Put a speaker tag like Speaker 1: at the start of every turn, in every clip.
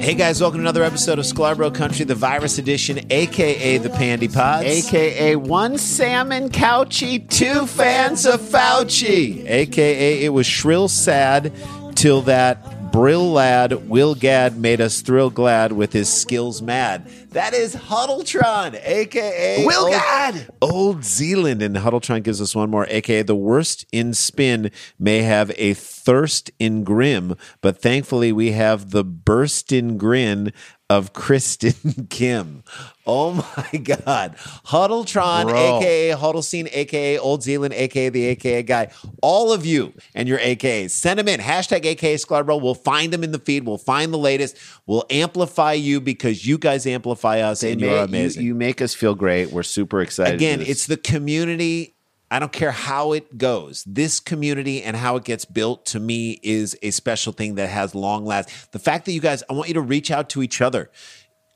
Speaker 1: Hey guys, welcome to another episode of Scarborough Country, the virus edition, aka the Pandy Pods.
Speaker 2: AKA one salmon couchie, two fans of Fauci.
Speaker 1: aka it was shrill sad till that brill lad Will Gad made us thrill glad with his skills mad. That is Huddletron, aka
Speaker 2: Will
Speaker 1: Old-
Speaker 2: Gad!
Speaker 1: Old Zealand, and Huddletron gives us one more, aka the worst in spin may have a thirst in grim, but thankfully we have the burst in grin of Kristen Kim. Oh my God. Huddletron,
Speaker 2: Bro.
Speaker 1: aka Huddle Scene, aka Old Zealand, aka the AKA guy. All of you and your AKAs, send them in. Hashtag AKA Scarborough. We'll find them in the feed. We'll find the latest. We'll amplify you because you guys amplify us and
Speaker 2: Ma-
Speaker 1: you're
Speaker 2: you-
Speaker 1: amazing
Speaker 2: You, make us feel great. We're super excited.
Speaker 1: again
Speaker 2: to do this.
Speaker 1: it's the community i don't care how it goes this community and how it gets built to me is a special thing that has long last the fact that you guys i want you to reach out to each other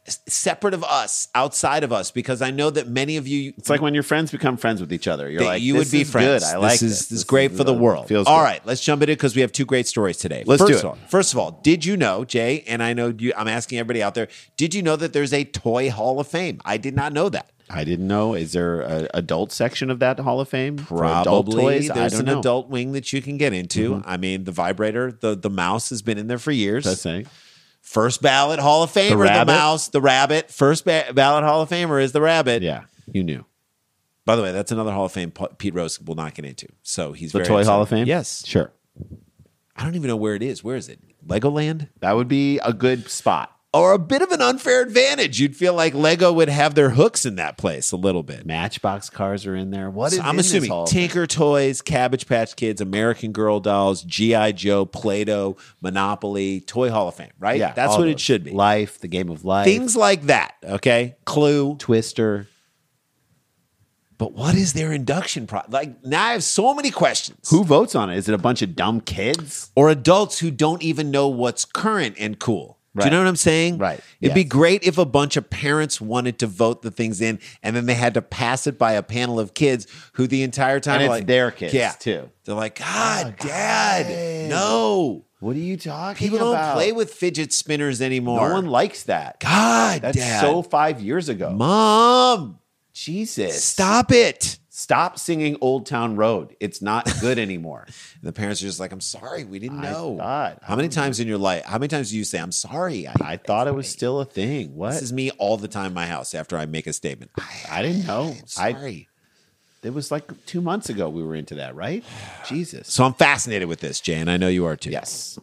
Speaker 1: s- separate of us outside of us because i know that many of you
Speaker 2: it's like when your friends become friends with each other. You're
Speaker 1: that
Speaker 2: like,
Speaker 1: you
Speaker 2: this
Speaker 1: would be
Speaker 2: is
Speaker 1: friends.
Speaker 2: Good. I like
Speaker 1: this. Is, this, is great for the
Speaker 2: uh,
Speaker 1: world.
Speaker 2: Feels
Speaker 1: All
Speaker 2: good.
Speaker 1: right, let's jump into it because we have two great stories today.
Speaker 2: Let's do
Speaker 1: first
Speaker 2: it.
Speaker 1: Of all, first of all, did you know, Jay? And I know you. I'm asking everybody out there. Did you know that there's a toy Hall of Fame? I did not know that.
Speaker 2: I didn't know. Is there an adult section of that Hall of Fame? for adult toys? I
Speaker 1: there's
Speaker 2: don't
Speaker 1: an
Speaker 2: know. Mm-hmm.
Speaker 1: adult wing that you can get into. I mean, the vibrator, the the mouse has been in there for years.
Speaker 2: That's it.
Speaker 1: First ballot Hall of Famer, the,
Speaker 2: rabbit?
Speaker 1: mouse, the rabbit. First ba- ballot Hall of Famer is the rabbit.
Speaker 2: Yeah, you knew.
Speaker 1: By the way, that's another Hall of Fame P- Pete Rose will not get into. So he's
Speaker 2: The
Speaker 1: very
Speaker 2: Toy
Speaker 1: upset.
Speaker 2: Hall of Fame?
Speaker 1: Yes,
Speaker 2: Sure.
Speaker 1: I don't even know where it is. Where is it? Legoland.
Speaker 2: That would be a good spot.
Speaker 1: Or a bit of an unfair advantage. You'd feel like Lego would have their hooks in that place a little bit.
Speaker 2: Matchbox cars are in there. What is
Speaker 1: So I'm
Speaker 2: in this
Speaker 1: assuming
Speaker 2: Hall of Fame?
Speaker 1: Tinker Toys, Cabbage Patch Kids, American Girl dolls, GI Joe, Play-Doh, Monopoly, Toy Hall of Fame, right?
Speaker 2: Yeah,
Speaker 1: that's
Speaker 2: all
Speaker 1: what it
Speaker 2: those.
Speaker 1: should be.
Speaker 2: Life, the game of life,
Speaker 1: Things like that, okay? Clue.
Speaker 2: Twister.
Speaker 1: But what is their induction pro? Like now I have so many questions.
Speaker 2: Who votes on it? Is it a bunch of dumb kids?
Speaker 1: or adults who don't even know what's current and cool. Do you
Speaker 2: Right.
Speaker 1: know what I'm saying?
Speaker 2: Right.
Speaker 1: It'd be
Speaker 2: Yes.
Speaker 1: great if a bunch of parents wanted to vote the things in and then they had to pass it by a panel of kids who the entire time
Speaker 2: And
Speaker 1: are
Speaker 2: it's
Speaker 1: like,
Speaker 2: their kids,
Speaker 1: yeah.
Speaker 2: too.
Speaker 1: They're like, Oh, God, dad, no.
Speaker 2: What are you talking
Speaker 1: People don't
Speaker 2: about?
Speaker 1: play with fidget spinners anymore.
Speaker 2: No one likes that.
Speaker 1: God,
Speaker 2: That's
Speaker 1: dad.
Speaker 2: so five years ago.
Speaker 1: Mom,
Speaker 2: Jesus.
Speaker 1: stop it.
Speaker 2: Stop singing Old Town Road. It's not good anymore.
Speaker 1: And the parents are just like, I'm sorry, we didn't
Speaker 2: I
Speaker 1: know.
Speaker 2: thought-
Speaker 1: how many times in your life, how many times do you say, I'm sorry? hmm. I,
Speaker 2: I thought it was still a thing. What?
Speaker 1: This is me all the time in my house after I make a statement. I,
Speaker 2: I didn't know.
Speaker 1: am
Speaker 2: I
Speaker 1: sorry.
Speaker 2: it was like two months ago we were into that, right? Jesus.
Speaker 1: so I'm fascinated with this, Jay, and I know you are too.
Speaker 2: Yes.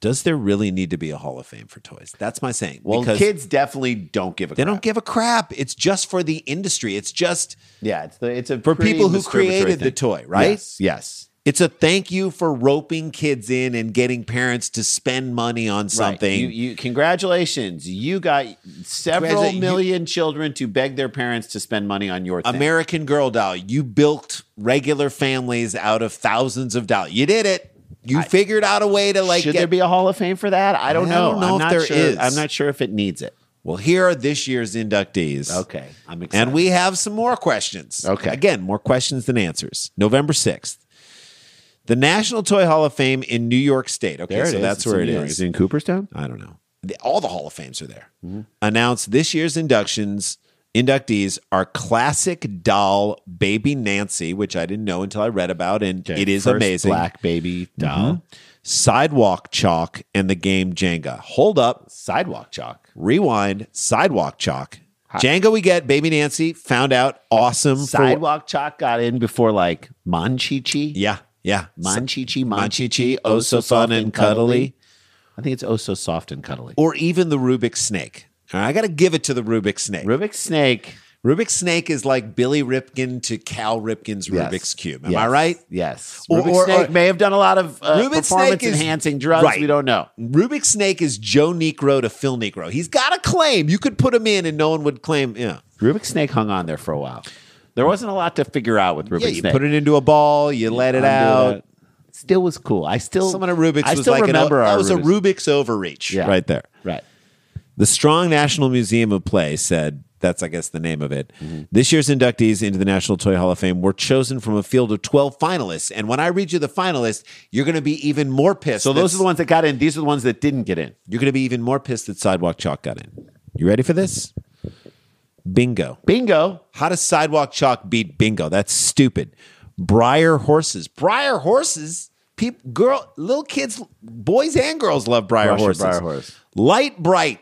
Speaker 1: Does there really need to be a Hall of Fame for toys? That's my saying.
Speaker 2: Well,
Speaker 1: because
Speaker 2: kids definitely don't give a.
Speaker 1: they don't
Speaker 2: crap.
Speaker 1: give a crap. It's just for the industry. It's just
Speaker 2: Yeah, it's the it's a
Speaker 1: for
Speaker 2: pretty
Speaker 1: people who
Speaker 2: masturbatory
Speaker 1: created the
Speaker 2: thing.
Speaker 1: toy, right?
Speaker 2: Yes. yes.
Speaker 1: It's a thank you for roping kids in and getting parents to spend money on something.
Speaker 2: Right. You, you congratulations. You got several
Speaker 1: Congratulations. You-
Speaker 2: million children to beg their parents to spend money on your thing.
Speaker 1: American Girl doll. You built regular families out of thousands of dollars. You did it. You figured out a way to like
Speaker 2: Should
Speaker 1: get-
Speaker 2: there be a Hall of Fame for that? I don't
Speaker 1: I
Speaker 2: know.
Speaker 1: don't know
Speaker 2: I'm
Speaker 1: if
Speaker 2: not
Speaker 1: there
Speaker 2: sure.
Speaker 1: is.
Speaker 2: I'm not sure if it needs it.
Speaker 1: Well, here are this year's inductees.
Speaker 2: Okay. I'm excited.
Speaker 1: And we have some more questions.
Speaker 2: Okay.
Speaker 1: Again, more questions than answers. November 6th. The National Toy Hall of Fame in New York State. Okay,
Speaker 2: there it
Speaker 1: so
Speaker 2: is.
Speaker 1: that's
Speaker 2: It's
Speaker 1: where
Speaker 2: in
Speaker 1: it
Speaker 2: New York.
Speaker 1: is.
Speaker 2: Is it in Cooperstown?
Speaker 1: I don't know. The- all the Hall of Fames are there. Announced this year's inductions inductees are classic doll Baby Nancy, which I didn't know until I read about, and it is
Speaker 2: First
Speaker 1: amazing.
Speaker 2: Black baby doll.
Speaker 1: Sidewalk chalk and the game Jenga. Hold up,
Speaker 2: Sidewalk chalk.
Speaker 1: rewind. Sidewalk chalk. Jenga we get. Baby Nancy found out. Awesome. for-
Speaker 2: Sidewalk chalk got in before like Manchichi.
Speaker 1: yeah, yeah.
Speaker 2: Manchichi, Manchichi,
Speaker 1: Manchichi, oh so fun and cuddly.
Speaker 2: I think it's oh so soft and cuddly.
Speaker 1: Or even the Rubik's snake. All right, I got to give it to the Rubik's snake.
Speaker 2: Rubik's snake.
Speaker 1: Rubik's Snake is like Billy Ripkin to Cal Ripkin's
Speaker 2: Yes.
Speaker 1: Rubik's Cube. Am
Speaker 2: Yes.
Speaker 1: I right?
Speaker 2: Yes.
Speaker 1: Or-
Speaker 2: Rubik's
Speaker 1: or-
Speaker 2: snake
Speaker 1: or-
Speaker 2: may have done a lot of uh,
Speaker 1: Rubik's Snake
Speaker 2: performance
Speaker 1: is-
Speaker 2: enhancing drugs.
Speaker 1: Right.
Speaker 2: We don't know.
Speaker 1: Rubik's Snake is Joe Negro to Phil Negro. He's got a claim. You could put him in and no one would claim. Yeah.
Speaker 2: Rubik's snake hung on there for a while. There wasn't a lot to figure out with Rubik's
Speaker 1: yeah, you
Speaker 2: snake.
Speaker 1: put it into a ball, you let it
Speaker 2: Undo
Speaker 1: out.
Speaker 2: that. Still was cool. I still
Speaker 1: Someone at Rubik's
Speaker 2: I
Speaker 1: was
Speaker 2: still
Speaker 1: like, an-
Speaker 2: remember our
Speaker 1: that was
Speaker 2: Rubik's-
Speaker 1: a Rubik's overreach
Speaker 2: Yeah.
Speaker 1: right there.
Speaker 2: Right.
Speaker 1: The Strong National Museum of Play said, that's, I guess, the name of it.
Speaker 2: Mm-hmm.
Speaker 1: This year's inductees into the National Toy Hall of Fame were chosen from a field of 12 finalists. And when I read you the finalists, you're going to be even more pissed.
Speaker 2: So
Speaker 1: that
Speaker 2: those are the ones that got in. These are the ones that didn't get in.
Speaker 1: You're going to be even more pissed that Sidewalk Chalk got in. You ready for this? Bingo.
Speaker 2: Bingo.
Speaker 1: How does Sidewalk Chalk beat bingo? That's stupid. Briar horses. Briar horses? People, girl, little kids, boys and girls love briar
Speaker 2: Russian
Speaker 1: horses.
Speaker 2: briar horse.
Speaker 1: Light bright.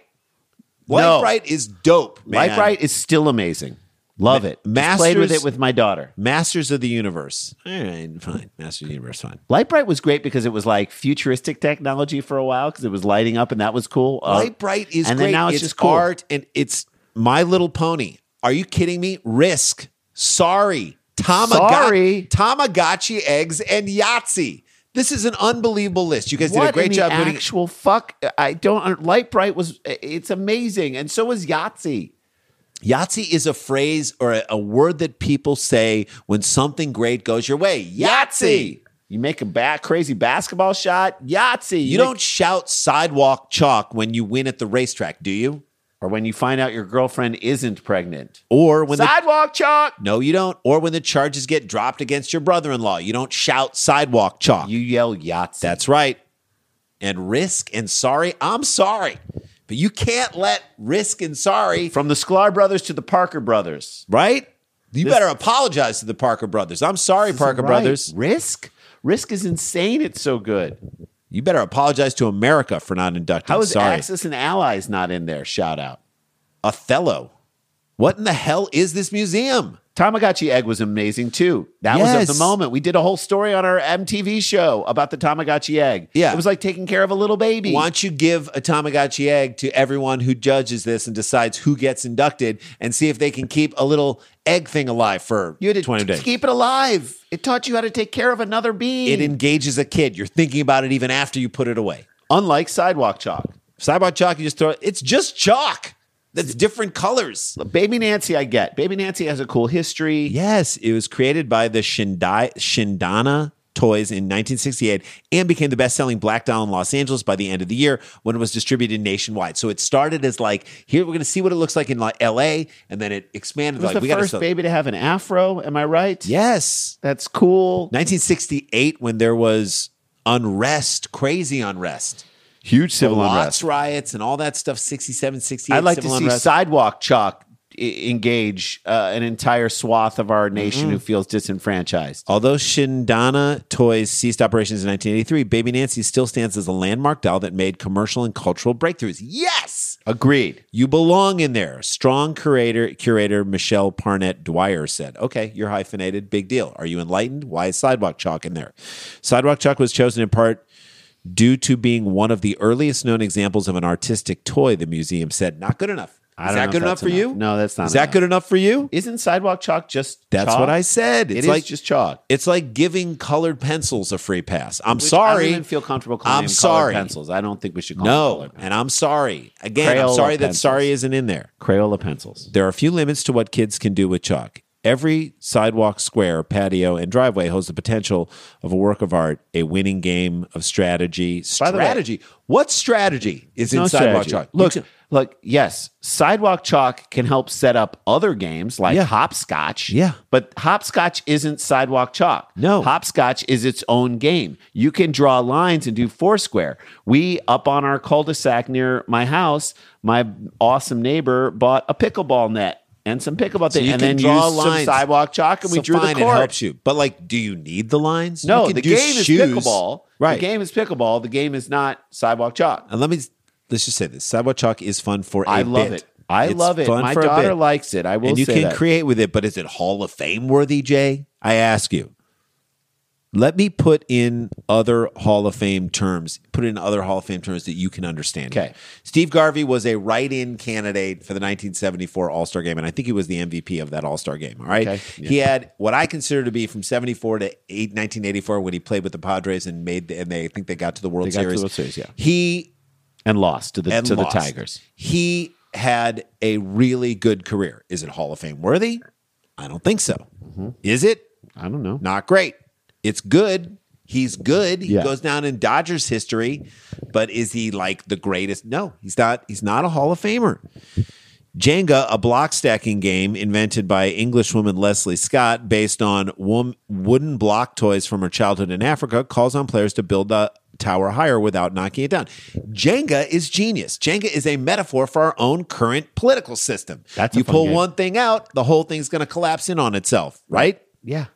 Speaker 1: Light
Speaker 2: No.
Speaker 1: bright is dope, man.
Speaker 2: Light Bright is still amazing. Love it. Just played with
Speaker 1: Masters-
Speaker 2: it with my daughter.
Speaker 1: Masters of the Universe. All right, fine. Masters of the Universe, fine.
Speaker 2: Light Bright was great because it was like futuristic technology for a while because it was lighting up and that was cool. Uh,
Speaker 1: Light Bright is
Speaker 2: and
Speaker 1: great.
Speaker 2: then now it's,
Speaker 1: it's
Speaker 2: just cool.
Speaker 1: art and it's My Little Pony. Are you kidding me? Risk. Sorry. Tamaga-
Speaker 2: Sorry.
Speaker 1: Tamagotchi eggs and Yahtzee. This is an unbelievable list. You guys
Speaker 2: What
Speaker 1: did a great
Speaker 2: in
Speaker 1: job
Speaker 2: the
Speaker 1: putting
Speaker 2: actual fuck? I don't. Light Bright was. It's amazing, and so was Yahtzee.
Speaker 1: Yahtzee is a phrase or a, a word that people say when something great goes your way. Yahtzee.
Speaker 2: You make a bat crazy basketball shot. Yahtzee.
Speaker 1: You
Speaker 2: make-
Speaker 1: don't shout sidewalk chalk when you win at the racetrack, do you?
Speaker 2: Or when you find out your girlfriend isn't pregnant.
Speaker 1: Or when the
Speaker 2: Sidewalk chalk.
Speaker 1: No, you don't. Or when the charges get dropped against your brother in law, you don't shout sidewalk chalk.
Speaker 2: You yell Yahtzee.
Speaker 1: That's right. And risk and sorry, I'm sorry. But you can't let risk and sorry,
Speaker 2: from the Sklar brothers to the Parker brothers.
Speaker 1: right? You
Speaker 2: This-
Speaker 1: better apologize to the Parker brothers. I'm sorry, Parker
Speaker 2: Right.
Speaker 1: brothers.
Speaker 2: Risk? Risk is insane. It's so good.
Speaker 1: You better apologize to America for not inducting.
Speaker 2: How is
Speaker 1: sorry.
Speaker 2: Axis and Allies not in there? Shout out.
Speaker 1: Othello. What in the hell is this museum?
Speaker 2: Tamagotchi egg was amazing too. That was of
Speaker 1: Yes.
Speaker 2: the moment. We did a whole story on our MTV show about the Tamagotchi egg.
Speaker 1: Yeah.
Speaker 2: It was like taking care of a little baby.
Speaker 1: Why don't you give a Tamagotchi egg to everyone who judges this and decides who gets inducted and see if they can keep a little egg thing alive for
Speaker 2: you had to
Speaker 1: 20 days?
Speaker 2: keep it alive. It taught you how to take care of another being.
Speaker 1: it engages a kid. You're thinking about it even after you put it away.
Speaker 2: Unlike sidewalk chalk.
Speaker 1: Sidewalk chalk, you just throw it. It's just chalk that's different colors.
Speaker 2: Baby Nancy, I get. Baby Nancy has a cool history.
Speaker 1: Yes, it was created by the Shindai, Shindana Toys in 1968 and became the best selling black doll in Los Angeles by the end of the year when it was distributed nationwide. So it started as like, here, we're going to see what it looks like in like LA. And then it expanded.
Speaker 2: It was
Speaker 1: like,
Speaker 2: the
Speaker 1: gotta
Speaker 2: first
Speaker 1: sell-
Speaker 2: baby to have an afro. Am I right?
Speaker 1: Yes.
Speaker 2: That's cool.
Speaker 1: 1968, when there was unrest, crazy unrest,
Speaker 2: Huge
Speaker 1: lots riots, and all that stuff, 67, 68.
Speaker 2: I'd like to
Speaker 1: civil
Speaker 2: see
Speaker 1: unrest.
Speaker 2: sidewalk chalk e- engage uh, an entire swath of our nation who feels disenfranchised.
Speaker 1: Although Shindana Toys ceased operations in 1983, Baby Nancy still stands as a landmark doll that made commercial and cultural breakthroughs. Yes!
Speaker 2: Agreed.
Speaker 1: You belong in there. Strong curator curator Michelle Parnett Dwyer said, "Okay, you're hyphenated. Big deal. Are you enlightened? Why is sidewalk chalk in there? Sidewalk chalk was chosen in part due to being one of the earliest known examples of an artistic toy." The museum said, "Not good enough.
Speaker 2: I
Speaker 1: is
Speaker 2: don't know
Speaker 1: that
Speaker 2: if
Speaker 1: good enough
Speaker 2: that's
Speaker 1: for you?
Speaker 2: enough. No, that's not
Speaker 1: Is that
Speaker 2: enough.
Speaker 1: good enough for you?
Speaker 2: Isn't sidewalk chalk just?
Speaker 1: That's
Speaker 2: chalk?
Speaker 1: what I said.
Speaker 2: It
Speaker 1: It's
Speaker 2: is
Speaker 1: like
Speaker 2: just chalk.
Speaker 1: It's like giving colored pencils a free pass. I'm
Speaker 2: Which I
Speaker 1: sorry.
Speaker 2: don't even feel comfortable calling
Speaker 1: I'm
Speaker 2: them
Speaker 1: sorry.
Speaker 2: colored pencils. I don't think we should call them
Speaker 1: no,
Speaker 2: colored pencils.
Speaker 1: and I'm sorry. Again, I'm
Speaker 2: Crayola
Speaker 1: sorry that
Speaker 2: pencils.
Speaker 1: sorry isn't in there.
Speaker 2: Crayola pencils.
Speaker 1: There are a few limits to what kids can do with chalk. Every sidewalk, square, patio, and driveway holds the potential of a work of art, a winning game of strategy.
Speaker 2: By the way-
Speaker 1: Strategy. what strategy is in sidewalk
Speaker 2: strategy.
Speaker 1: chalk?
Speaker 2: Look,
Speaker 1: You can-
Speaker 2: look, yes, sidewalk chalk can help set up other games like hopscotch.
Speaker 1: Yeah.
Speaker 2: But hopscotch isn't sidewalk chalk.
Speaker 1: No.
Speaker 2: Hopscotch is its own game. You can draw lines and do foursquare. We up on our cul-de-sac near my house, my awesome neighbor bought a pickleball net and some pickleball thing.
Speaker 1: you
Speaker 2: and
Speaker 1: can
Speaker 2: then
Speaker 1: draw
Speaker 2: used
Speaker 1: lines.
Speaker 2: some sidewalk chalk and
Speaker 1: so
Speaker 2: we drew
Speaker 1: fine,
Speaker 2: the court.
Speaker 1: It helps you, but like, do you need the lines? You
Speaker 2: No,
Speaker 1: can
Speaker 2: the
Speaker 1: do
Speaker 2: game
Speaker 1: shoes.
Speaker 2: is pickleball.
Speaker 1: Right.
Speaker 2: The game is pickleball. The game is not sidewalk chalk.
Speaker 1: And let me let's just say this: sidewalk chalk is fun for. a
Speaker 2: I love
Speaker 1: bit.
Speaker 2: it. I
Speaker 1: It's
Speaker 2: love it.
Speaker 1: fun
Speaker 2: My
Speaker 1: for a
Speaker 2: daughter
Speaker 1: bit.
Speaker 2: likes it. I will
Speaker 1: and you
Speaker 2: say
Speaker 1: can
Speaker 2: that.
Speaker 1: create with it, but is it Hall of Fame worthy, Jay? I ask you. Let me put in other Hall of Fame terms. Put in other Hall of Fame terms that you can understand.
Speaker 2: Okay.
Speaker 1: Steve Garvey was a write-in candidate for the 1974 All-Star Game, and I think he was the MVP of that All-Star Game. All right.
Speaker 2: Okay. Yeah.
Speaker 1: He had what I consider to be from 74 to 8, 1984 when he played with the Padres and made the, and they I think they got to the World
Speaker 2: They got to the
Speaker 1: Series.
Speaker 2: World Series, yeah.
Speaker 1: He
Speaker 2: and lost to the
Speaker 1: and
Speaker 2: to
Speaker 1: lost.
Speaker 2: the Tigers.
Speaker 1: He had a really good career. Is it Hall of Fame worthy? I don't think so. Is it?
Speaker 2: I don't know.
Speaker 1: Not great. It's good. He's good. He
Speaker 2: Yeah.
Speaker 1: goes down in Dodgers history, but is he like the greatest? No, he's not. He's not a Hall of Famer. Jenga, a block stacking game invented by Englishwoman Leslie Scott based on wom- wooden block toys from her childhood in Africa, calls on players to build the tower higher without knocking it down. Jenga is genius. Jenga is a metaphor for our own current political system.
Speaker 2: That's a
Speaker 1: you
Speaker 2: fun
Speaker 1: pull
Speaker 2: game.
Speaker 1: one thing out, the whole thing's going to collapse in on itself, right?
Speaker 2: Yeah,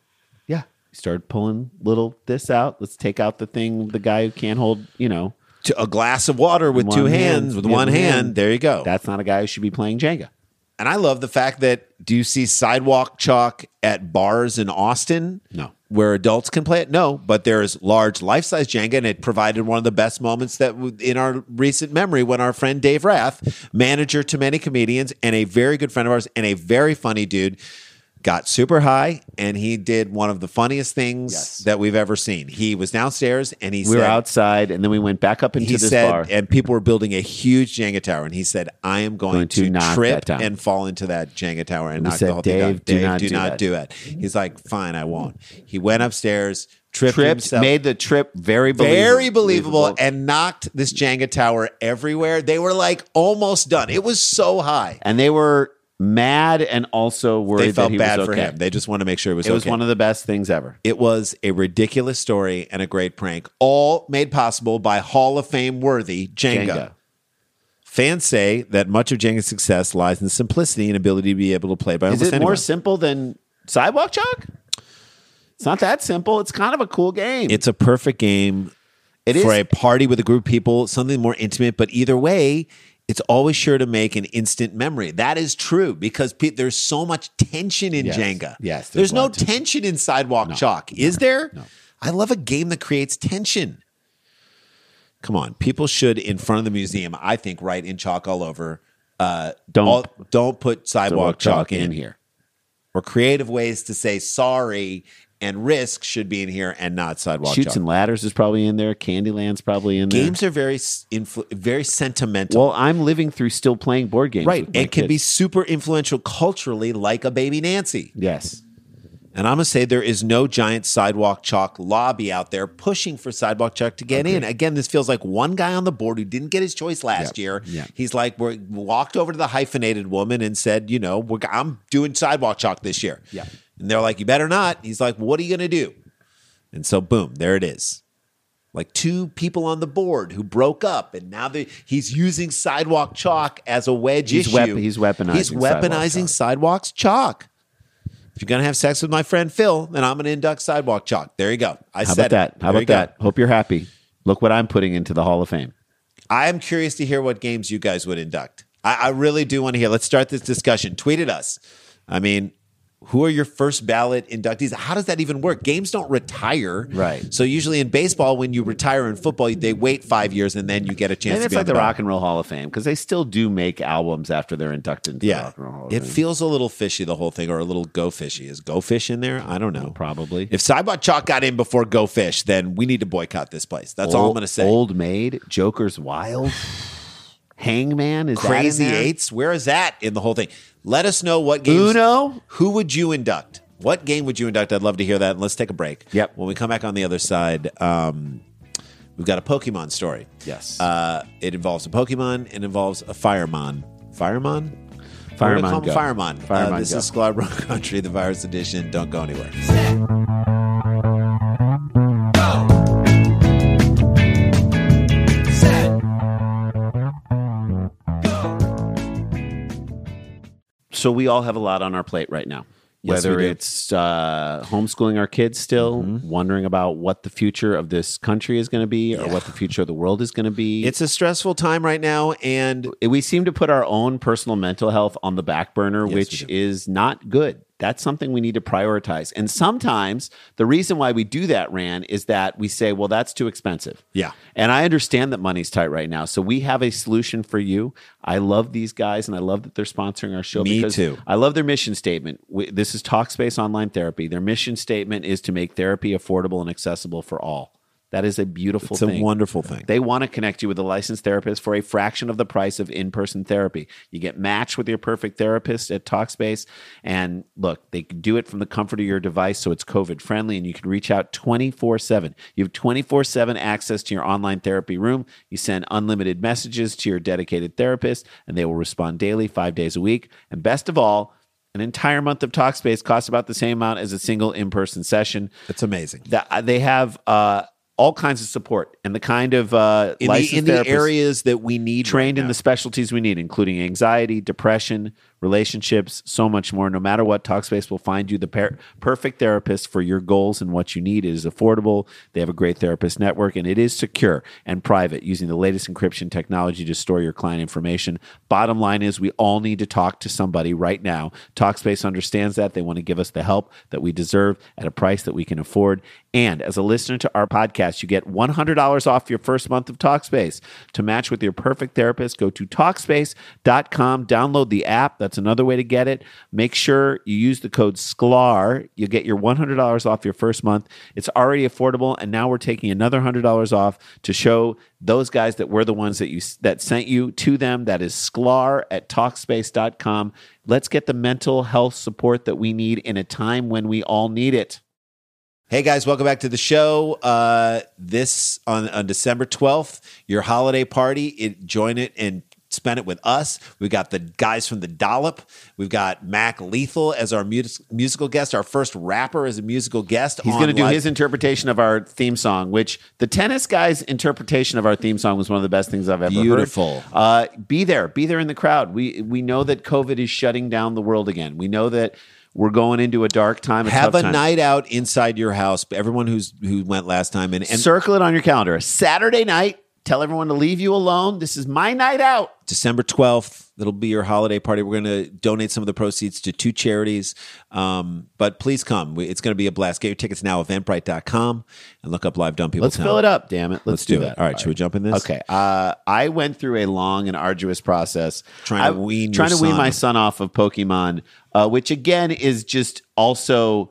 Speaker 2: yeah. Started pulling little this out. Let's take out the thing. The guy who can't hold. You know,
Speaker 1: To a glass of water with
Speaker 2: One
Speaker 1: two
Speaker 2: hand,
Speaker 1: hands, with
Speaker 2: the
Speaker 1: one
Speaker 2: other
Speaker 1: hand,
Speaker 2: hand.
Speaker 1: there you go.
Speaker 2: that's not a guy who should be playing Jenga.
Speaker 1: and I love the fact that do you see sidewalk chalk at bars in Austin?
Speaker 2: No.
Speaker 1: Where adults can play it? No, but there's large life size Jenga, and it provided one of the best moments that w- in our recent memory when our friend Dave Rath, manager to many comedians and a very good friend of ours and a very funny dude, got super high and he did one of the funniest things
Speaker 2: Yes.
Speaker 1: that we've ever seen. He was downstairs and he
Speaker 2: We were
Speaker 1: said,
Speaker 2: outside, and then we went back up into
Speaker 1: he
Speaker 2: this
Speaker 1: said,
Speaker 2: bar.
Speaker 1: and people were building a huge Jenga tower, and he said, "I am going,
Speaker 2: Going to
Speaker 1: to,
Speaker 2: knock
Speaker 1: trip
Speaker 2: that down.
Speaker 1: and fall into that Jenga tower and
Speaker 2: We
Speaker 1: knock
Speaker 2: said,
Speaker 1: the whole thing down."
Speaker 2: "Dave, do not do that."
Speaker 1: do it. He's like, "Fine, I won't." He went upstairs, tripped,
Speaker 2: Tripped,
Speaker 1: himself,
Speaker 2: made the trip very believable,
Speaker 1: very believable, and knocked this Jenga tower everywhere. They were like almost done. It was so high.
Speaker 2: and they were mad and also worried
Speaker 1: They
Speaker 2: that
Speaker 1: felt
Speaker 2: he
Speaker 1: bad
Speaker 2: was
Speaker 1: for
Speaker 2: okay.
Speaker 1: him. They just wanted to make sure it was.
Speaker 2: it was
Speaker 1: okay.
Speaker 2: one of the best things ever.
Speaker 1: It was a ridiculous story and a great prank, all made possible by Hall of Fame worthy Jenga.
Speaker 2: Jenga.
Speaker 1: Fans say that much of Jenga's success lies in the simplicity and ability to be able to play by
Speaker 2: Is
Speaker 1: almost
Speaker 2: it
Speaker 1: anyone.
Speaker 2: more simple than sidewalk chalk? It's not that simple. It's kind of a cool game.
Speaker 1: it's a perfect game
Speaker 2: It
Speaker 1: for
Speaker 2: is-
Speaker 1: a party with a group of people, something more intimate. But either way, it's always sure to make an instant memory. That is true because pe- there's so much tension in
Speaker 2: Yes.
Speaker 1: Jenga.
Speaker 2: Yes,
Speaker 1: there's,
Speaker 2: there's a
Speaker 1: no
Speaker 2: lot of
Speaker 1: tension in Sidewalk Chalk, is there? I love a game that creates tension. Come on, people should in front of the museum. I think write in chalk all over. Uh,
Speaker 2: Don't-
Speaker 1: all- don't put sidewalk chalk, in here.
Speaker 2: here.
Speaker 1: Or creative ways to say sorry and risk should be in here and not sidewalk
Speaker 2: Shoots
Speaker 1: chalk.
Speaker 2: and ladders is probably in there. Candyland's probably in there.
Speaker 1: Games are very s- influ- very sentimental,
Speaker 2: Well, I'm living through still playing board games.
Speaker 1: right?
Speaker 2: with my
Speaker 1: And can
Speaker 2: kid.
Speaker 1: be super influential culturally, like a baby Nancy.
Speaker 2: yes.
Speaker 1: And I'm gonna say there is no giant sidewalk chalk lobby out there pushing for sidewalk chalk to get in. Again, this feels like one guy on the board who didn't get his choice last
Speaker 2: Yep.
Speaker 1: year.
Speaker 2: Yeah.
Speaker 1: He's like, we're, walked over to the hyphenated woman and said, you know, we're, I'm doing sidewalk chalk this year.
Speaker 2: Yeah.
Speaker 1: And they're like, you better not. He's like, what are you gonna do? And so, boom, there it is. like two people on the board who broke up, and now they, he's using sidewalk chalk as a wedge
Speaker 2: He's
Speaker 1: issue.
Speaker 2: wep- he's weaponizing
Speaker 1: He's weaponizing sidewalks chalk. If you're gonna have sex with my friend Phil, then I'm gonna induct sidewalk chalk. There you go. I
Speaker 2: How
Speaker 1: said
Speaker 2: about that?
Speaker 1: It.
Speaker 2: How
Speaker 1: There you
Speaker 2: about
Speaker 1: go.
Speaker 2: that? Hope you're happy. Look what I'm putting into the Hall of Fame.
Speaker 1: I'm curious to hear what games you guys would induct. I, I really do want to hear. Let's start this discussion. Tweet at us. I mean, who are your first ballot inductees? How does that even work? Games don't retire,
Speaker 2: Right.
Speaker 1: So usually in baseball, when you retire in football, they wait five years and then you get a chance.
Speaker 2: And
Speaker 1: to
Speaker 2: it's
Speaker 1: be on
Speaker 2: like the
Speaker 1: ballot.
Speaker 2: Rock and Roll Hall of Fame because they still do make albums after they're inducted into the
Speaker 1: Yeah,
Speaker 2: Rock and Roll Hall of
Speaker 1: it
Speaker 2: Fame.
Speaker 1: feels a little fishy the whole thing, or a little go fishy. Is go fish in there? I don't know.
Speaker 2: Probably.
Speaker 1: If Cybot Chalk got in before Go Fish, then we need to boycott this place. That's all I'm
Speaker 2: Old-
Speaker 1: going to say.
Speaker 2: Old Maid, Joker's Wild, Hangman is that in
Speaker 1: Crazy
Speaker 2: there?
Speaker 1: eights. Where is that in the whole thing? Let us know what games.
Speaker 2: Uno.
Speaker 1: Who would you induct? What game would you induct? I'd love to hear that. And let's take a break.
Speaker 2: Yep.
Speaker 1: When we come back on the other side, um, we've got a Pokemon story.
Speaker 2: Yes.
Speaker 1: Uh, it involves a Pokemon. It involves a Firemon. Firemon. We're gonna
Speaker 2: Firemon
Speaker 1: call him
Speaker 2: go.
Speaker 1: Firemon.
Speaker 2: Firemon
Speaker 1: Uh, this
Speaker 2: go.
Speaker 1: is Squad Rock Country, the Virus Edition. Don't go anywhere.
Speaker 2: so we all have a lot on our plate right now.
Speaker 1: Yes,
Speaker 2: Whether
Speaker 1: we do. Mm-hmm.
Speaker 2: it's uh, homeschooling our kids still, wondering about what the future of this country is going to be or what the future of the world is going to be.
Speaker 1: It's a stressful time right now, and
Speaker 2: we seem to put our own personal mental health on the back burner,
Speaker 1: Yes,
Speaker 2: which
Speaker 1: we do.
Speaker 2: is not good. That's something we need to prioritize. And sometimes the reason why we do that, Ran, is that we say, well, that's too expensive.
Speaker 1: Yeah.
Speaker 2: And I understand that money's tight right now. So we have a solution for you. I love these guys and I love that they're sponsoring our show.
Speaker 1: Me
Speaker 2: because
Speaker 1: too.
Speaker 2: I love their mission statement. We, this is Talkspace Online Therapy. Their mission statement is to make therapy affordable and accessible for all. That is a beautiful
Speaker 1: it's a
Speaker 2: thing.
Speaker 1: wonderful thing.
Speaker 2: They want to connect you with a licensed therapist for a fraction of the price of in person therapy. You get matched with your perfect therapist at TalkSpace. And look, they can do it from the comfort of your device, so it's COVID friendly, and you can reach out 24 7. You have 24 7 access to your online therapy room. You send unlimited messages to your dedicated therapist, and they will respond daily, five days a week. And best of all, an entire month of TalkSpace costs about the same amount as a single in person session
Speaker 1: It's amazing.
Speaker 2: that they have uh, all kinds of support and the kind of uh,
Speaker 1: In the,
Speaker 2: licensed
Speaker 1: in the
Speaker 2: therapists
Speaker 1: areas that we need right
Speaker 2: trained in
Speaker 1: now.
Speaker 2: the specialties we need, including anxiety, depression, relationships, so much more. No matter what, Talkspace will find you the per- perfect therapist for your goals and what you need. It is affordable. They have a great therapist network, and it is secure and private using the latest encryption technology to store your client information. Bottom line is, we all need to talk to somebody right now. Talkspace understands that. They want to give us the help that we deserve at a price that we can afford. And as a listener to our podcast, you get $100 off your first month of Talkspace. To match with your perfect therapist, go to Talkspace.com, download the app. That's another way to get it. Make sure you use the code SCLAR. You'll get your $100 off your first month. It's already affordable, and now we're taking another $100 off to show those guys that were the ones that you that sent you to them. That is SCLAR at Talkspace.com. Let's get the mental health support that we need in a time when we all need it.
Speaker 1: Hey guys, welcome back to the show. Uh, this on, on December 12th, your holiday party. It, join it and spend it with us. We've got the guys from the Dollop. We've got Mac Lethal as our mus- musical guest, our first rapper as a musical guest.
Speaker 2: He's going to do
Speaker 1: live-
Speaker 2: his interpretation of our theme song, which the tennis guy's interpretation of our theme song was one of the best things I've ever
Speaker 1: Beautiful.
Speaker 2: heard. Uh, be there, be there in the crowd. We we know that COVID is shutting down the world again. We know that we're going into a dark time. A
Speaker 1: Have
Speaker 2: tough
Speaker 1: a
Speaker 2: time.
Speaker 1: night out inside your house. Everyone who's who went last time and, and
Speaker 2: Circle it on your calendar. Saturday night. Tell everyone to leave you alone. This is my night out.
Speaker 1: December 12th. That'll be your holiday party. We're going to donate some of the proceeds to two charities. Um, but please come. We- It's going to be a blast. Get your tickets now, eventbrite.com, and look up Live Dumb People
Speaker 2: Let's
Speaker 1: Town.
Speaker 2: fill it up. Damn it. Let's,
Speaker 1: Let's do, that. All right, should we jump in this?
Speaker 2: Okay. Uh, I went through a long and arduous process
Speaker 1: Trying to
Speaker 2: I-
Speaker 1: wean
Speaker 2: trying
Speaker 1: your
Speaker 2: to wean
Speaker 1: son.
Speaker 2: my son off of Pokemon, uh, which again is just also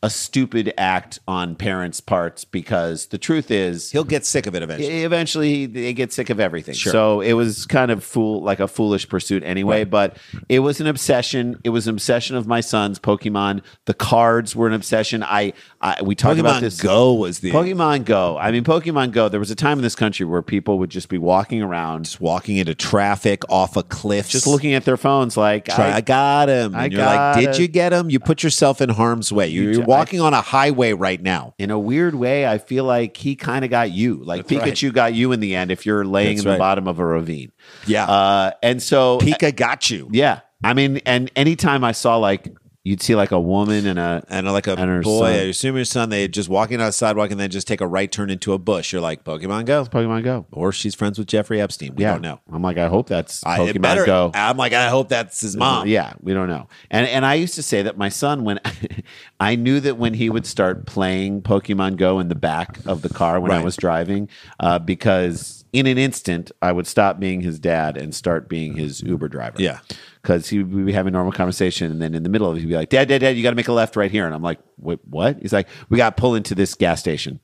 Speaker 2: a stupid act on parents' parts because the truth is.
Speaker 1: He'll get sick of it eventually.
Speaker 2: Eventually, they get sick of everything. So it was kind of fool, like a foolish pursuit, anyway. But it was an obsession. It was an obsession of my son's Pokemon. The cards were an obsession. I, I we talked about
Speaker 1: Pokemon
Speaker 2: this.
Speaker 1: Go was the
Speaker 2: Pokemon Go. I mean, Pokemon Go. There was a time in this country where people would just be walking around,
Speaker 1: just walking into traffic off a cliff.
Speaker 2: just looking at their phones, like
Speaker 1: Try, I,
Speaker 2: I,
Speaker 1: got him.
Speaker 2: I
Speaker 1: And you're like,
Speaker 2: got
Speaker 1: did
Speaker 2: it."
Speaker 1: you get him? You put yourself in harm's way. You,
Speaker 2: You-
Speaker 1: you walking on a highway right now.
Speaker 2: in a weird way, I feel like he kind of got you. Like
Speaker 1: That's right.
Speaker 2: Pikachu got you in the end if you're laying
Speaker 1: That's
Speaker 2: in the
Speaker 1: right.
Speaker 2: bottom of a ravine.
Speaker 1: Yeah.
Speaker 2: Uh, and so,
Speaker 1: Pika got you.
Speaker 2: yeah. I mean, and anytime I saw like, you'd see like a woman and a,
Speaker 1: And like a
Speaker 2: And her
Speaker 1: boy,
Speaker 2: son.
Speaker 1: I assume your son, they just walking down the sidewalk and then just take a right turn into a bush. You're like, Pokemon Go.
Speaker 2: Pokemon Go.
Speaker 1: Or she's friends with Jeffrey Epstein. We
Speaker 2: yeah.
Speaker 1: don't know.
Speaker 2: I'm like, I hope that's
Speaker 1: I, it
Speaker 2: Pokemon
Speaker 1: better,
Speaker 2: Go.
Speaker 1: I'm like, I hope that's his mom.
Speaker 2: Yeah, we don't know. And and I used to say that my son when I knew that when he would start playing Pokemon Go in the back of the car when I
Speaker 1: Right.
Speaker 2: was driving, uh, because in an instant I would stop being his dad and start being his Uber driver.
Speaker 1: Yeah.
Speaker 2: Because he would be having a normal conversation, and then in the middle of it, he'd be like, "Dad, Dad, Dad, you got to make a left right here," and I'm like, "Wait, what?" He's like, "We got to pull into this gas station."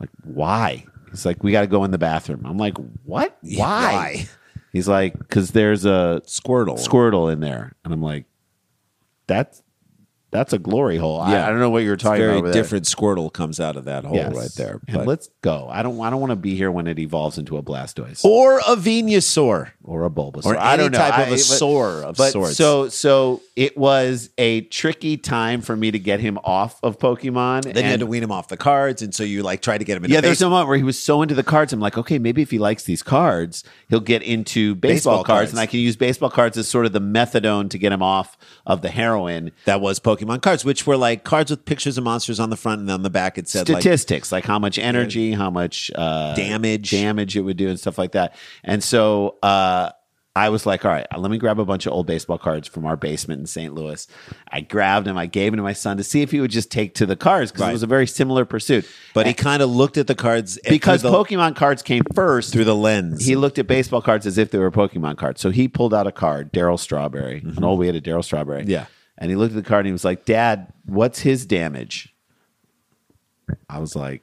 Speaker 2: like why he's like we got to go in the bathroom i'm like what why,
Speaker 1: Yeah, why?
Speaker 2: he's like because there's a
Speaker 1: Squirtle.
Speaker 2: squirtle in there and i'm like that's that's a glory hole I,
Speaker 1: Yeah.
Speaker 2: I don't know what you're talking
Speaker 1: Very
Speaker 2: about over there.
Speaker 1: different Squirtle comes out of that hole
Speaker 2: Yes.
Speaker 1: right there.
Speaker 2: and let's go i don't i don't want to be here when it evolves into a blastoise or,
Speaker 1: or a Venusaur.
Speaker 2: a bulbasaur
Speaker 1: Or
Speaker 2: i don't
Speaker 1: any
Speaker 2: know
Speaker 1: type of
Speaker 2: I-
Speaker 1: a
Speaker 2: but-
Speaker 1: sore of
Speaker 2: but
Speaker 1: sorts.
Speaker 2: so so it was a tricky time for me to get him off of pokemon
Speaker 1: Then you had
Speaker 2: and
Speaker 1: to wean him off the cards, and so you like try to get him in
Speaker 2: Yeah,
Speaker 1: the
Speaker 2: there's
Speaker 1: base-
Speaker 2: a moment where he was so into the cards. I'm like, okay, maybe if he likes these cards, he'll get into baseball,
Speaker 1: Baseball
Speaker 2: cards,
Speaker 1: cards.
Speaker 2: and I can use baseball cards as sort of the methadone to get him off of the heroin.
Speaker 1: that was Pokemon cards, which were like cards with pictures of monsters on the front and on the back. It said like
Speaker 2: Statistics, like, how much energy, how much uh,
Speaker 1: Damage.
Speaker 2: damage it would do, and stuff like that. And so uh, I was like, all right, let me grab a bunch of old baseball cards from our basement in St. Louis. I grabbed them, I gave them to my son to see if he would just take to the cards because
Speaker 1: Right.
Speaker 2: it was a very similar pursuit.
Speaker 1: But he kind of looked at the cards and
Speaker 2: because
Speaker 1: through the,
Speaker 2: Pokemon cards came first,
Speaker 1: through the lens.
Speaker 2: he looked at baseball cards as if they were Pokemon cards. So he pulled out a card, Daryl Strawberry, an old we had a Daryl Strawberry.
Speaker 1: Mm-hmm. Yeah.
Speaker 2: And he looked at the card and he was like, Dad, what's his damage? I was like,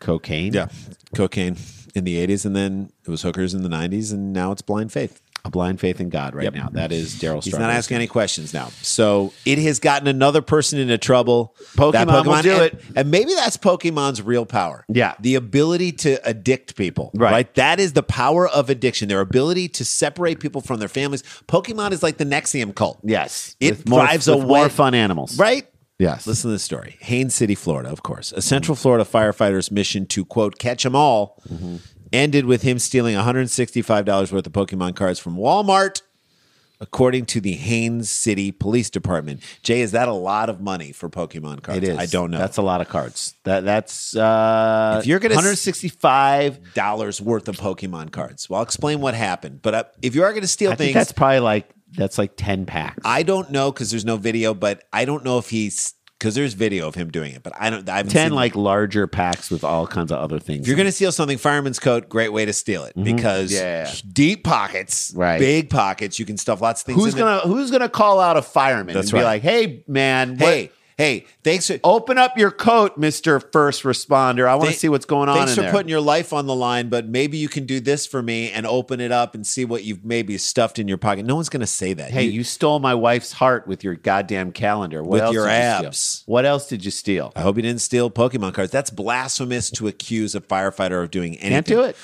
Speaker 2: cocaine?
Speaker 1: yeah, cocaine in the '80s, and then it was hookers in the '90s, and now it's blind faith.
Speaker 2: A blind faith in God right now. That is Daryl Strawberry.
Speaker 1: He's not asking any questions now. So it has gotten another person into trouble.
Speaker 2: Pokemon will do
Speaker 1: and,
Speaker 2: it.
Speaker 1: And maybe that's Pokemon's real power.
Speaker 2: Yeah.
Speaker 1: The ability to addict people.
Speaker 2: Right.
Speaker 1: That is the power of addiction, their ability to separate people from their families. Pokemon is like the Nexium cult.
Speaker 2: Yes.
Speaker 1: It
Speaker 2: With more-
Speaker 1: drives
Speaker 2: with
Speaker 1: away.
Speaker 2: more fun animals.
Speaker 1: Right?
Speaker 2: Yes.
Speaker 1: Listen to this story. Haines City, Florida, of course. A Central Florida firefighter's mission to, quote, catch 'em all
Speaker 2: Mm-hmm.
Speaker 1: ended with him stealing $165 worth of Pokemon cards from Walmart, according to the Haines City Police Department. Jay, is that a lot of money for Pokemon cards?
Speaker 2: It is.
Speaker 1: I don't know.
Speaker 2: That's a lot of cards. That that's uh
Speaker 1: If you're gonna s-
Speaker 2: 165
Speaker 1: dollars worth of Pokemon cards. Well, I'll explain what happened. But uh, if you are going to steal
Speaker 2: I think
Speaker 1: things,
Speaker 2: that's probably like that's like 10 packs.
Speaker 1: I don't know because there's no video, but I don't know if he's. Because there's video of him doing it, but I don't. I haven't
Speaker 2: ten
Speaker 1: seen
Speaker 2: like larger packs with all kinds of other things.
Speaker 1: If you're going to steal something, fireman's coat, great way to steal it because
Speaker 2: Mm-hmm. Yeah.
Speaker 1: deep pockets,
Speaker 2: Right.
Speaker 1: big pockets, you can stuff lots of things.
Speaker 2: who's
Speaker 1: in there.
Speaker 2: gonna who's gonna call out a fireman
Speaker 1: That's
Speaker 2: and be
Speaker 1: right.
Speaker 2: like, "Hey, man, what-
Speaker 1: Hey, hey, thanks for.
Speaker 2: open up your coat, Mister First Responder. I want to
Speaker 1: thank-
Speaker 2: see what's going on."
Speaker 1: Thanks
Speaker 2: in
Speaker 1: for
Speaker 2: there."
Speaker 1: putting your life on the line, but maybe you can do this for me and open it up and see what you've maybe stuffed in your pocket. No one's going to say that.
Speaker 2: Hey, you stole my wife's heart with your goddamn calendar. What
Speaker 1: With
Speaker 2: else
Speaker 1: your
Speaker 2: did you steal?
Speaker 1: abs.
Speaker 2: What else did you steal?
Speaker 1: I hope you didn't steal Pokemon cards. That's blasphemous to accuse a firefighter of doing anything.
Speaker 2: Can't do it.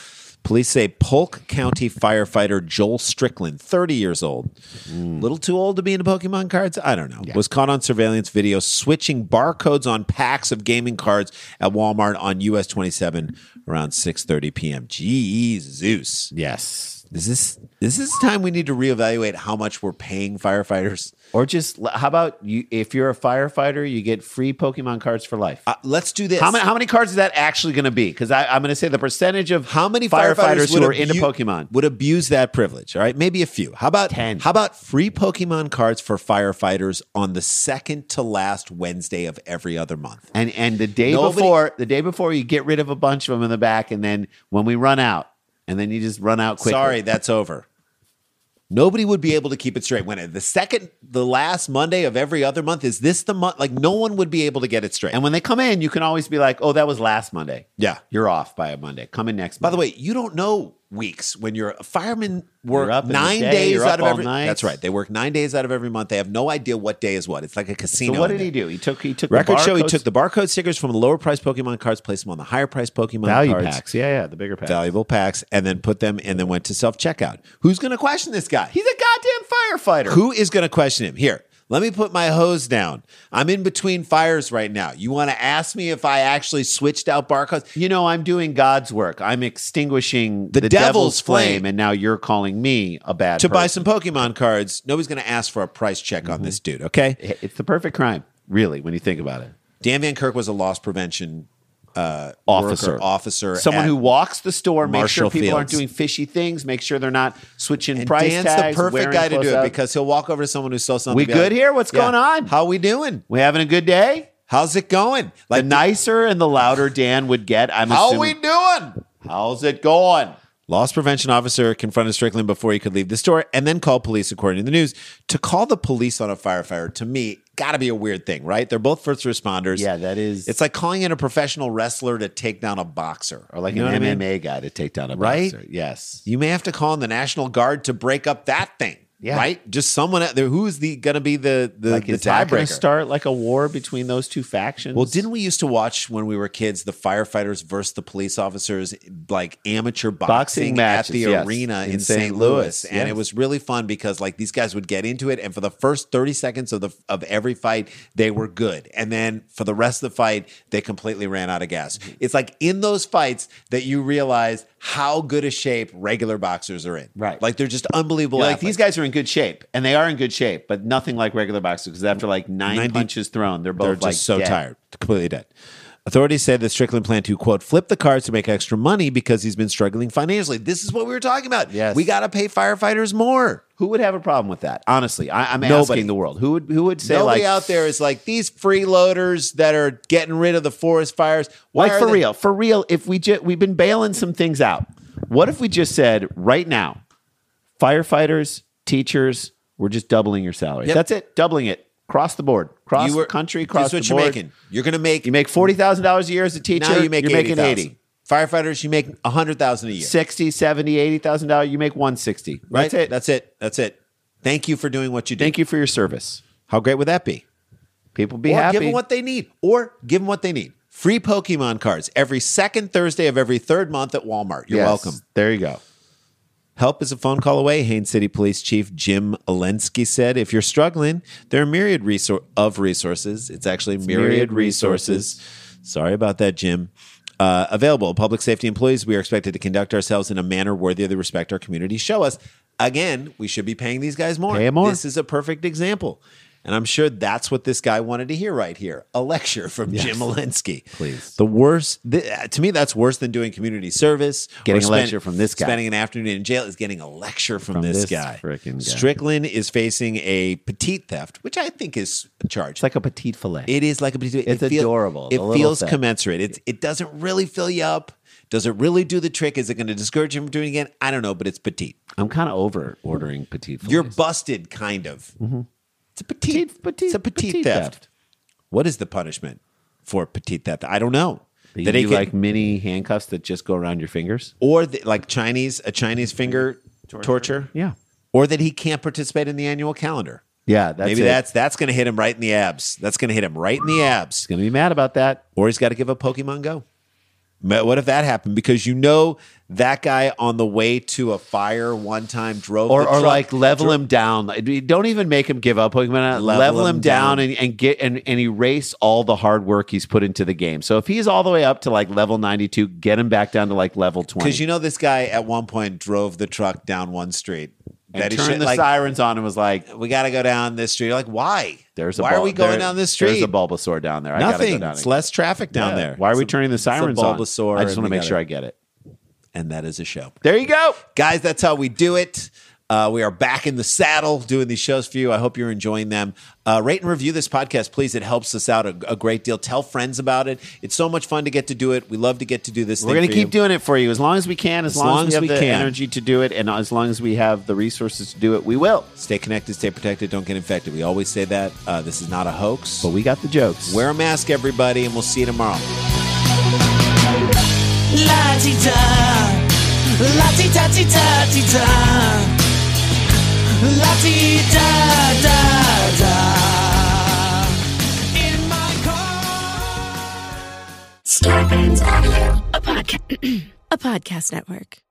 Speaker 1: Police say Polk County firefighter Joel Strickland, 30 years old,
Speaker 2: Hmm.
Speaker 1: little too old to be into Pokemon cards. I don't know. Was caught on surveillance video switching barcodes on packs of gaming cards at Walmart on US 27 around 6:30 p.m. Jesus.
Speaker 2: Yes.
Speaker 1: Is this is this time we need to reevaluate how much we're paying firefighters?
Speaker 2: Or just l- how about you? If you're a firefighter, you get free Pokemon cards for life.
Speaker 1: Uh, let's do this.
Speaker 2: how many how many cards is that actually going to be? Because I'm going to say the percentage of
Speaker 1: How many
Speaker 2: firefighters,
Speaker 1: firefighters, would
Speaker 2: who are into
Speaker 1: abu-
Speaker 2: Pokemon.
Speaker 1: would abuse that privilege? All right, maybe a few. How about
Speaker 2: 10.
Speaker 1: How about free Pokemon cards for firefighters on the second to last Wednesday of every other month?
Speaker 2: And and the day
Speaker 1: Nobody-
Speaker 2: before, the day before, you get rid of a bunch of them in the back, and then when we run out, and then you just run out quickly.
Speaker 1: Sorry, that's over. Nobody would be able to keep it straight when it, the second, the last Monday of every other month is this the month? Like no one would be able to get it straight.
Speaker 2: And when they come in, you can always be like, "Oh, that was last Monday.
Speaker 1: yeah.
Speaker 2: You're off by a Monday. Come in next."
Speaker 1: By the way, you don't know weeks when you're a fireman work
Speaker 2: You're up in the
Speaker 1: nine
Speaker 2: day,
Speaker 1: days
Speaker 2: you're
Speaker 1: out
Speaker 2: up
Speaker 1: of
Speaker 2: all
Speaker 1: every.
Speaker 2: night.
Speaker 1: That's right. They work nine days out of every month. They have no idea what day is what. It's like a casino.
Speaker 2: so what
Speaker 1: in
Speaker 2: did he
Speaker 1: there.
Speaker 2: do? He took he took
Speaker 1: Record
Speaker 2: the
Speaker 1: show he
Speaker 2: barcodes-
Speaker 1: took the barcode stickers from the lower price Pokemon cards, placed them on the higher price Pokemon
Speaker 2: value
Speaker 1: cards,
Speaker 2: packs. Yeah, yeah, the bigger packs.
Speaker 1: valuable packs, and then put them and then went to self checkout. Who's going to question this guy?
Speaker 2: He's a goddamn firefighter.
Speaker 1: Who is going to question him? Here, Let me put my hose down. I'm in between fires right now. You want to ask me if I actually switched out barcodes?
Speaker 2: You know, I'm doing God's work. I'm extinguishing the, devil's,
Speaker 1: devil's
Speaker 2: flame,
Speaker 1: flame.
Speaker 2: and now you're calling me a bad
Speaker 1: To buy
Speaker 2: person.
Speaker 1: some Pokemon cards, nobody's going to ask for a price check on this
Speaker 2: Mm-hmm.
Speaker 1: dude, okay?
Speaker 2: It's the perfect crime, really, when you think about it.
Speaker 1: Dan Van Kirk was a loss prevention uh,
Speaker 2: Officer.
Speaker 1: worker, officer,
Speaker 2: Someone
Speaker 1: at-
Speaker 2: who walks the store, make sure
Speaker 1: Marshall
Speaker 2: people aren't
Speaker 1: Fields.
Speaker 2: doing fishy things, make sure they're not switching
Speaker 1: And
Speaker 2: price
Speaker 1: Dan's
Speaker 2: tags.
Speaker 1: the perfect
Speaker 2: wearing
Speaker 1: guy to do
Speaker 2: clothes
Speaker 1: it
Speaker 2: out.
Speaker 1: because he'll walk over to someone who sells something.
Speaker 2: We
Speaker 1: and be like,
Speaker 2: good here? What's going on?
Speaker 1: How we doing?
Speaker 2: we having a good day.
Speaker 1: How's it going?
Speaker 2: The
Speaker 1: Like
Speaker 2: nicer and the louder Dan would get, I'm
Speaker 1: How we
Speaker 2: assuming.
Speaker 1: doing?
Speaker 2: how's it going?
Speaker 1: Loss prevention officer confronted Strickland before he could leave the store and then called police, according to the news. To call the police on a firefighter, to me, gotta be a weird thing, right? They're both first responders.
Speaker 2: Yeah, that is.
Speaker 1: It's like calling in a professional wrestler to take down a boxer.
Speaker 2: or like
Speaker 1: You know
Speaker 2: an
Speaker 1: what I mean?
Speaker 2: MMA guy to take down a
Speaker 1: Right?
Speaker 2: boxer. Yes.
Speaker 1: You may have to call in the National Guard to break up that thing.
Speaker 2: Yeah.
Speaker 1: Right? Just someone out there who's the gonna be the the,
Speaker 2: Like,
Speaker 1: the
Speaker 2: is that going
Speaker 1: tiebreaker.
Speaker 2: to start like a war between those two factions?
Speaker 1: Well, didn't we used to watch when we were kids the firefighters versus the police officers, like amateur boxing,
Speaker 2: matches,
Speaker 1: at the
Speaker 2: yes,
Speaker 1: arena
Speaker 2: in
Speaker 1: in,
Speaker 2: St.
Speaker 1: St.
Speaker 2: Louis,
Speaker 1: Louis, and
Speaker 2: yes.
Speaker 1: it was really fun because like these guys would get into it, and for the first thirty seconds of the of every fight, they were good, and then for the rest of the fight, they completely ran out of gas. It's like in those fights that you realize how good a shape regular boxers are in.
Speaker 2: Right.
Speaker 1: like they're just unbelievable.
Speaker 2: You're like
Speaker 1: athletes.
Speaker 2: these guys are in good shape, and they are in good shape, but nothing like regular boxers because after like nine
Speaker 1: 90
Speaker 2: punches thrown, they're both
Speaker 1: They're
Speaker 2: like
Speaker 1: just so
Speaker 2: dead.
Speaker 1: tired, completely dead. Authorities said that Strickland planned to quote flip the cards to make extra money because he's been struggling financially. This is what we were talking about.
Speaker 2: Yes.
Speaker 1: we got to pay firefighters more.
Speaker 2: Who would have a problem with that? Honestly, I, I'm
Speaker 1: Nobody.
Speaker 2: asking the world. Who would who would say
Speaker 1: Nobody
Speaker 2: like
Speaker 1: out there is like these freeloaders that are getting rid of the forest fires. Why
Speaker 2: like
Speaker 1: are
Speaker 2: for
Speaker 1: they-
Speaker 2: real, for real? If we just we've been bailing some things out. What if we just said right now, firefighters, teachers, we're just doubling your salary.
Speaker 1: Yep.
Speaker 2: That's it, doubling it across the board, across
Speaker 1: You were-
Speaker 2: the country,
Speaker 1: here's
Speaker 2: across
Speaker 1: what
Speaker 2: the
Speaker 1: you're
Speaker 2: board.
Speaker 1: making. You're gonna make
Speaker 2: You make forty thousand dollars a year as a teacher.
Speaker 1: now. You make
Speaker 2: you're making
Speaker 1: 80,000.
Speaker 2: eighty.
Speaker 1: Firefighters, you make a hundred thousand a year.
Speaker 2: 60, 70, 80,000 dollars, you make 160.
Speaker 1: right?
Speaker 2: That's it.
Speaker 1: That's it. That's it. Thank you for doing what you do.
Speaker 2: Thank you for your service.
Speaker 1: How great would that be?
Speaker 2: People be
Speaker 1: or
Speaker 2: happy.
Speaker 1: give them what they need or give them what they need free pokemon cards every second thursday of every third month at walmart you're
Speaker 2: Yes.
Speaker 1: welcome
Speaker 2: There you go.
Speaker 1: help is a phone call away haines city police chief jim Olensky said if you're struggling there are myriad resor- of resources it's actually myriad,
Speaker 2: myriad
Speaker 1: resources. sorry about that jim uh, available public safety employees we are expected to conduct ourselves in a manner worthy of the respect our community show us again we should be paying these guys more
Speaker 2: Pay 'em more.
Speaker 1: This is a perfect example. And I'm sure that's what this guy wanted to hear right here a lecture from Jim Alinsky.
Speaker 2: Please.
Speaker 1: The worst, th- uh, to me, that's worse than doing community service.
Speaker 2: Getting
Speaker 1: or
Speaker 2: a lecture from this guy.
Speaker 1: Spending an afternoon in jail is getting a lecture from, this,
Speaker 2: this
Speaker 1: guy.
Speaker 2: frickin' guy.
Speaker 1: Strickland is facing a petite theft, which I think is a charge.
Speaker 2: It's like a petite fillet.
Speaker 1: It is like a petite.
Speaker 2: It's
Speaker 1: it feel-
Speaker 2: adorable, the
Speaker 1: It
Speaker 2: little
Speaker 1: feels
Speaker 2: thing.
Speaker 1: commensurate. It's, it doesn't really fill you up. Does it really do the trick? Is it going to discourage him from doing it again? I don't know, but it's petite.
Speaker 2: I'm kind of over ordering petite fillets.
Speaker 1: You're busted, kind of. It's a petite,
Speaker 2: Mm-hmm. Petite- petite-
Speaker 1: it's a petite,
Speaker 2: petite
Speaker 1: theft.
Speaker 2: theft.
Speaker 1: What is the punishment for petite theft? I don't know.
Speaker 2: They
Speaker 1: That
Speaker 2: give
Speaker 1: it
Speaker 2: you
Speaker 1: could-
Speaker 2: like mini handcuffs that just go around your fingers.
Speaker 1: or the, like Chinese, a Chinese finger torture.
Speaker 2: Yeah.
Speaker 1: or that he can't participate in the annual calendar.
Speaker 2: Yeah. That's
Speaker 1: Maybe
Speaker 2: it.
Speaker 1: that's that's going to hit him right in the abs. That's going to hit him right in the abs.
Speaker 2: He's going to be mad about that.
Speaker 1: Or he's got to give up Pokemon Go. Ma- What if that happened? Because you know that guy on the way to a fire one time drove
Speaker 2: Or,
Speaker 1: the
Speaker 2: or
Speaker 1: truck-
Speaker 2: like level him down. Like, Don't even make him give up. Pokemon. Level, him down, and, and get and, and erase all the hard work he's put into the game. So if he's all the way up to like level ninety two, get him back down to like level twenty.
Speaker 1: Because you know this guy at one point drove the truck down one street.
Speaker 2: and
Speaker 1: he
Speaker 2: turned
Speaker 1: should-
Speaker 2: the
Speaker 1: like,
Speaker 2: sirens on and was like,
Speaker 1: we got to go down this street. You're like, why?
Speaker 2: "There's a
Speaker 1: why
Speaker 2: bul-
Speaker 1: are we going
Speaker 2: there-
Speaker 1: down this
Speaker 2: There's
Speaker 1: street?
Speaker 2: a Bulbasaur down there. I gotta go
Speaker 1: Nothing.
Speaker 2: down
Speaker 1: it's
Speaker 2: and-
Speaker 1: less traffic down
Speaker 2: Yeah.
Speaker 1: there.
Speaker 2: Why are we
Speaker 1: It's a-
Speaker 2: turning the
Speaker 1: it's a
Speaker 2: sirens
Speaker 1: Bulbasaur
Speaker 2: on? I
Speaker 1: and
Speaker 2: just want to
Speaker 1: we
Speaker 2: make
Speaker 1: got
Speaker 2: sure
Speaker 1: it.
Speaker 2: I get it.
Speaker 1: And that is a show,
Speaker 2: There you go.
Speaker 1: guys. That's how we do it. Uh, we are back in the saddle doing these shows for you. I hope you're enjoying them. Uh, rate and review this podcast, please. It helps us out a, a great deal. Tell friends about it. It's so much fun to get to do it. We love to get to do this.
Speaker 2: We're
Speaker 1: going
Speaker 2: going
Speaker 1: to
Speaker 2: to keep doing it for you as long as we can, as, long, as we have the
Speaker 1: can.
Speaker 2: energy to do it, and as long as we have the resources to do it, we will.
Speaker 1: Stay connected, stay protected, don't get infected. We always say that. Uh, this is not a hoax.
Speaker 2: But we got the jokes.
Speaker 1: Wear a mask, everybody, and we'll see you tomorrow.
Speaker 3: La ti da, la ti da ti da ti da, la ti da da da. In my car.
Speaker 4: Scorpions Audio, a podcast, a podcast network.